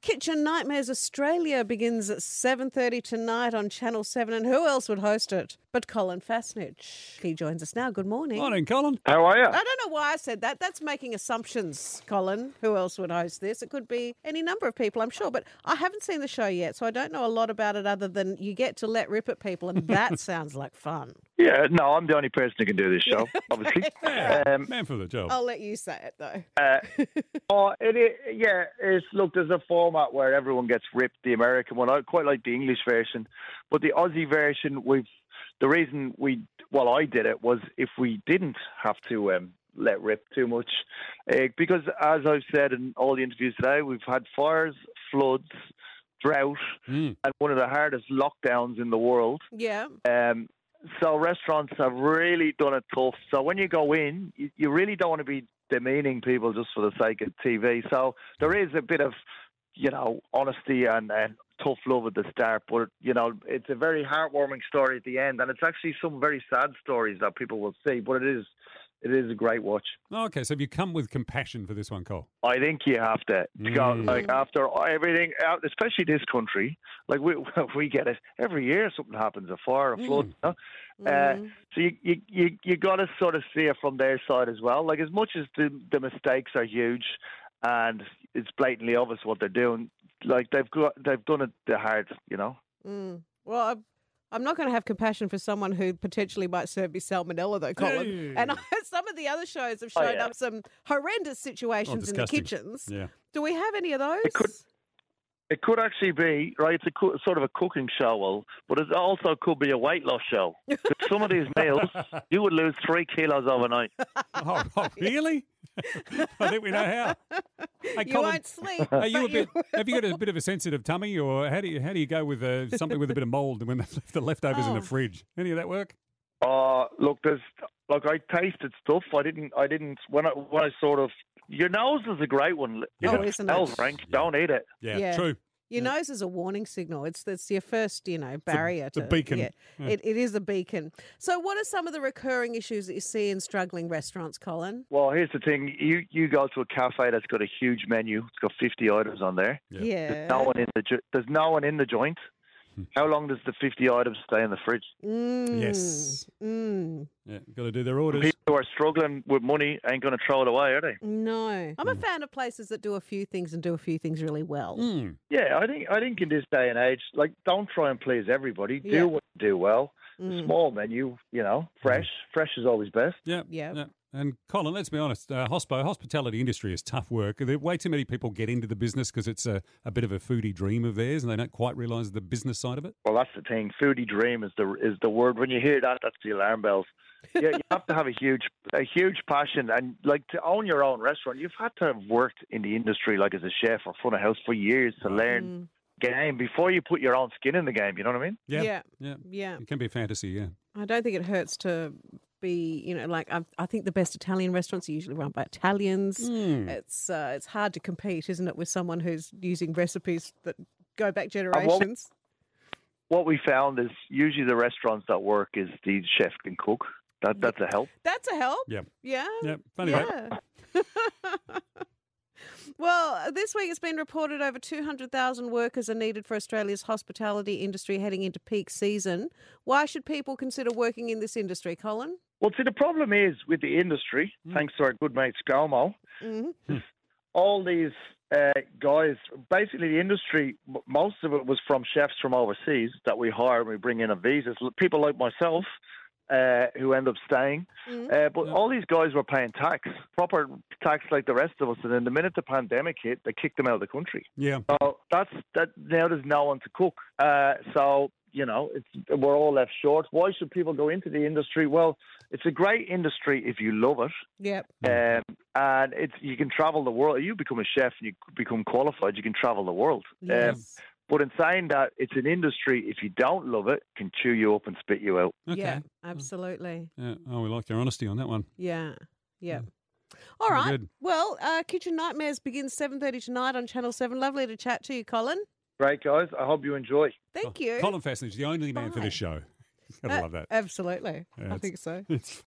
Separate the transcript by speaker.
Speaker 1: Kitchen Nightmares Australia begins at 7.30 tonight on Channel 7 and who else would host it but Colin Fasnich. He joins us now. Good morning.
Speaker 2: Morning, Colin.
Speaker 3: How are you?
Speaker 1: I don't know why I said that. That's making assumptions, Colin. Who else would host this? It could be any number of people, I'm sure. But I haven't seen the show yet, so I don't know a lot about it other than you get to let rip at people, and that sounds like fun.
Speaker 3: Yeah, no, I'm the only person who can do this show, obviously.
Speaker 2: Yeah,
Speaker 3: Um,
Speaker 2: man for the job.
Speaker 1: I'll let you say it, though.
Speaker 3: uh, oh, it, i yeah, it's look. There's a format where everyone gets ripped. The American one, I quite like the English version, but the Aussie version, we've the reason we, well, I did it was if we didn't have to um, let rip too much, uh, because as I've said in all the interviews today, we've had fires, floods, drought,
Speaker 2: Mm.
Speaker 3: and one of the hardest lockdowns in the world.
Speaker 1: Yeah.
Speaker 3: Um, so restaurants have really done it tough. So when you go in, you, you really don't want to be demeaning people just for the sake of TV. So there is a bit of, you know, honesty and, and tough love at the start. But, you know, it's a very heartwarming story at the end. And it's actually some very sad stories that people will see. But it is, it is a great watch.
Speaker 2: Okay, so have you come with compassion for this one, Cole?
Speaker 3: I think you have to, to go
Speaker 2: Mm.
Speaker 3: like after everything, out- especially this country. Like we we get it every year. Something happens, a fire, a flood. you know? Uh,
Speaker 1: Mm.
Speaker 3: So you you you, you got to sort of see it from their side as well. Like as much as the the mistakes are huge, and it's blatantly obvious what they're doing. Like they've got they've done it the hard, you know.
Speaker 1: Mm. Well, I'm, I'm not going to have compassion for someone who potentially might serve me salmonella, though, Colin. And
Speaker 2: Mm.
Speaker 1: some of the other shows have
Speaker 3: Oh,
Speaker 1: shown
Speaker 3: yeah.
Speaker 1: up some horrendous situations in the
Speaker 2: Oh, disgusting.
Speaker 1: kitchens.
Speaker 2: Yeah.
Speaker 1: Do we have any of those?
Speaker 3: could- It could actually be right. It's a co- sort of a cooking show, well, but it also could be a weight loss show. 'Cause some of these meals, you would lose three kilos overnight.
Speaker 2: Oh, oh, really? I think we know how. Hey,
Speaker 1: you
Speaker 2: Colin,
Speaker 1: won't sleep.
Speaker 2: Are you a
Speaker 1: but
Speaker 2: bit? Have you got a bit of a sensitive tummy, or how do you how do you go with uh something with a bit of mold when they've left the leftovers in
Speaker 1: Oh.
Speaker 2: the fridge? Any of that work?
Speaker 3: Uh look, there's look. I tasted stuff. I didn't. I didn't. When I when I sort of your nose is a great one. If
Speaker 1: Oh, isn't it?
Speaker 3: smells rank, Don't eat it.
Speaker 2: Yeah,
Speaker 1: Yeah.
Speaker 2: true.
Speaker 1: Your nose is a warning signal. It's it's your first, you know, barrier
Speaker 2: the
Speaker 1: to
Speaker 2: beacon.
Speaker 1: Yeah, It, it is a beacon. So, what are some of the recurring issues that you see in struggling restaurants, Colin?
Speaker 3: Well, here's the thing. You you go to a cafe that's got a huge menu. It's got 50 items on there.
Speaker 2: Yeah.
Speaker 1: Yeah.
Speaker 3: There's no one in the jo- there's no one in the joint. How long does the 50 items stay in the fridge?
Speaker 1: Mm,
Speaker 2: Yes.
Speaker 1: Mm,
Speaker 2: Yeah, got to do their orders.
Speaker 3: People who are struggling with money ain't going to throw it away, are they?
Speaker 1: no. I'm a fan of places that do a few things and do a few things really well.
Speaker 2: Mm.
Speaker 3: Yeah, I think I think in this day and age, like don't try and please everybody. Do
Speaker 1: Yeah.
Speaker 3: what you do well.
Speaker 1: Mm,
Speaker 3: A small menu, you know, fresh. Fresh is always best.
Speaker 2: Yeah.
Speaker 1: Yeah.
Speaker 2: Yeah. And Colin, let's be honest, uh, hospo hospitality industry is tough work. There, way too many people get into the business because it's a, a bit of a foodie dream of theirs, and they don't quite realise the business side of it.
Speaker 3: Well, that's the thing. Foodie dream is the is the word. When you hear that, that's the alarm bells. Yeah, you have to have a huge a huge passion and like to own your own restaurant. You've had to have worked in the industry, like as a chef or front of house, for years to learn
Speaker 1: mm,
Speaker 3: game before you put your own skin in the game. You know what I mean?
Speaker 1: yeah. yeah.
Speaker 2: Yeah. It can be a fantasy. Yeah.
Speaker 1: I don't think it hurts to be, you know, like I, I think the best Italian restaurants are usually run by Italians.
Speaker 2: Mm.
Speaker 1: It's uh, it's hard to compete, isn't it, with someone who's using recipes that go back
Speaker 2: Oh,
Speaker 3: what-
Speaker 1: generations?
Speaker 3: What we found is usually the restaurants that work is the chef can cook. That that's a help.
Speaker 1: That's a help.
Speaker 2: Yeah.
Speaker 1: Yeah.
Speaker 2: Yeah. Funny that.
Speaker 1: Yeah. well, uh, this week it's been reported over 200,000 workers are needed for Australia's hospitality industry heading into peak season. Why should people consider working in this industry, Colin?
Speaker 3: Well, see, the problem is with the industry. Thanks to our good mate Scomo,
Speaker 1: Mm-hmm.
Speaker 3: all these uh, guys, basically the industry, m- most of it was from chefs from overseas that we hire and we bring in on visas. L- People like myself uh, who end up staying.
Speaker 1: Mhm.
Speaker 3: Uh, but
Speaker 2: Yeah.
Speaker 3: all these guys were paying tax, proper tax like the rest of us. And then the minute the pandemic hit, they kicked them out of the country.
Speaker 2: Yeah.
Speaker 3: So that's that. Now there's no one to cook. Uh, so you know, it's, we're all left short. Why should people go into the industry? Well, it's a great industry if you love it.
Speaker 1: Yep.
Speaker 3: Um, and it's you can travel the world. You become a chef and you become qualified. You can travel the world. Um,
Speaker 1: Yes.
Speaker 3: but in saying that, it's an industry. If you don't love it, can chew you up and spit you out.
Speaker 2: Okay. Oh.
Speaker 1: Yeah, absolutely.
Speaker 2: Yeah. Oh, we like your honesty on that one.
Speaker 1: Yeah. Yeah. All
Speaker 2: Very
Speaker 1: right.
Speaker 2: Hmm. good.
Speaker 1: Well, uh, Kitchen Nightmares begins 7.30 tonight on Channel 7. Lovely to chat to you, Colin.
Speaker 3: Great guys. I hope you enjoy.
Speaker 2: Oh,
Speaker 1: Thank you.
Speaker 2: Colin Fasnage, the only man for
Speaker 1: Bye.
Speaker 2: this show. Gotta
Speaker 1: Uh,
Speaker 2: love that.
Speaker 1: Absolutely.
Speaker 2: Yeah,
Speaker 1: I
Speaker 2: it's-
Speaker 1: think so.
Speaker 2: It's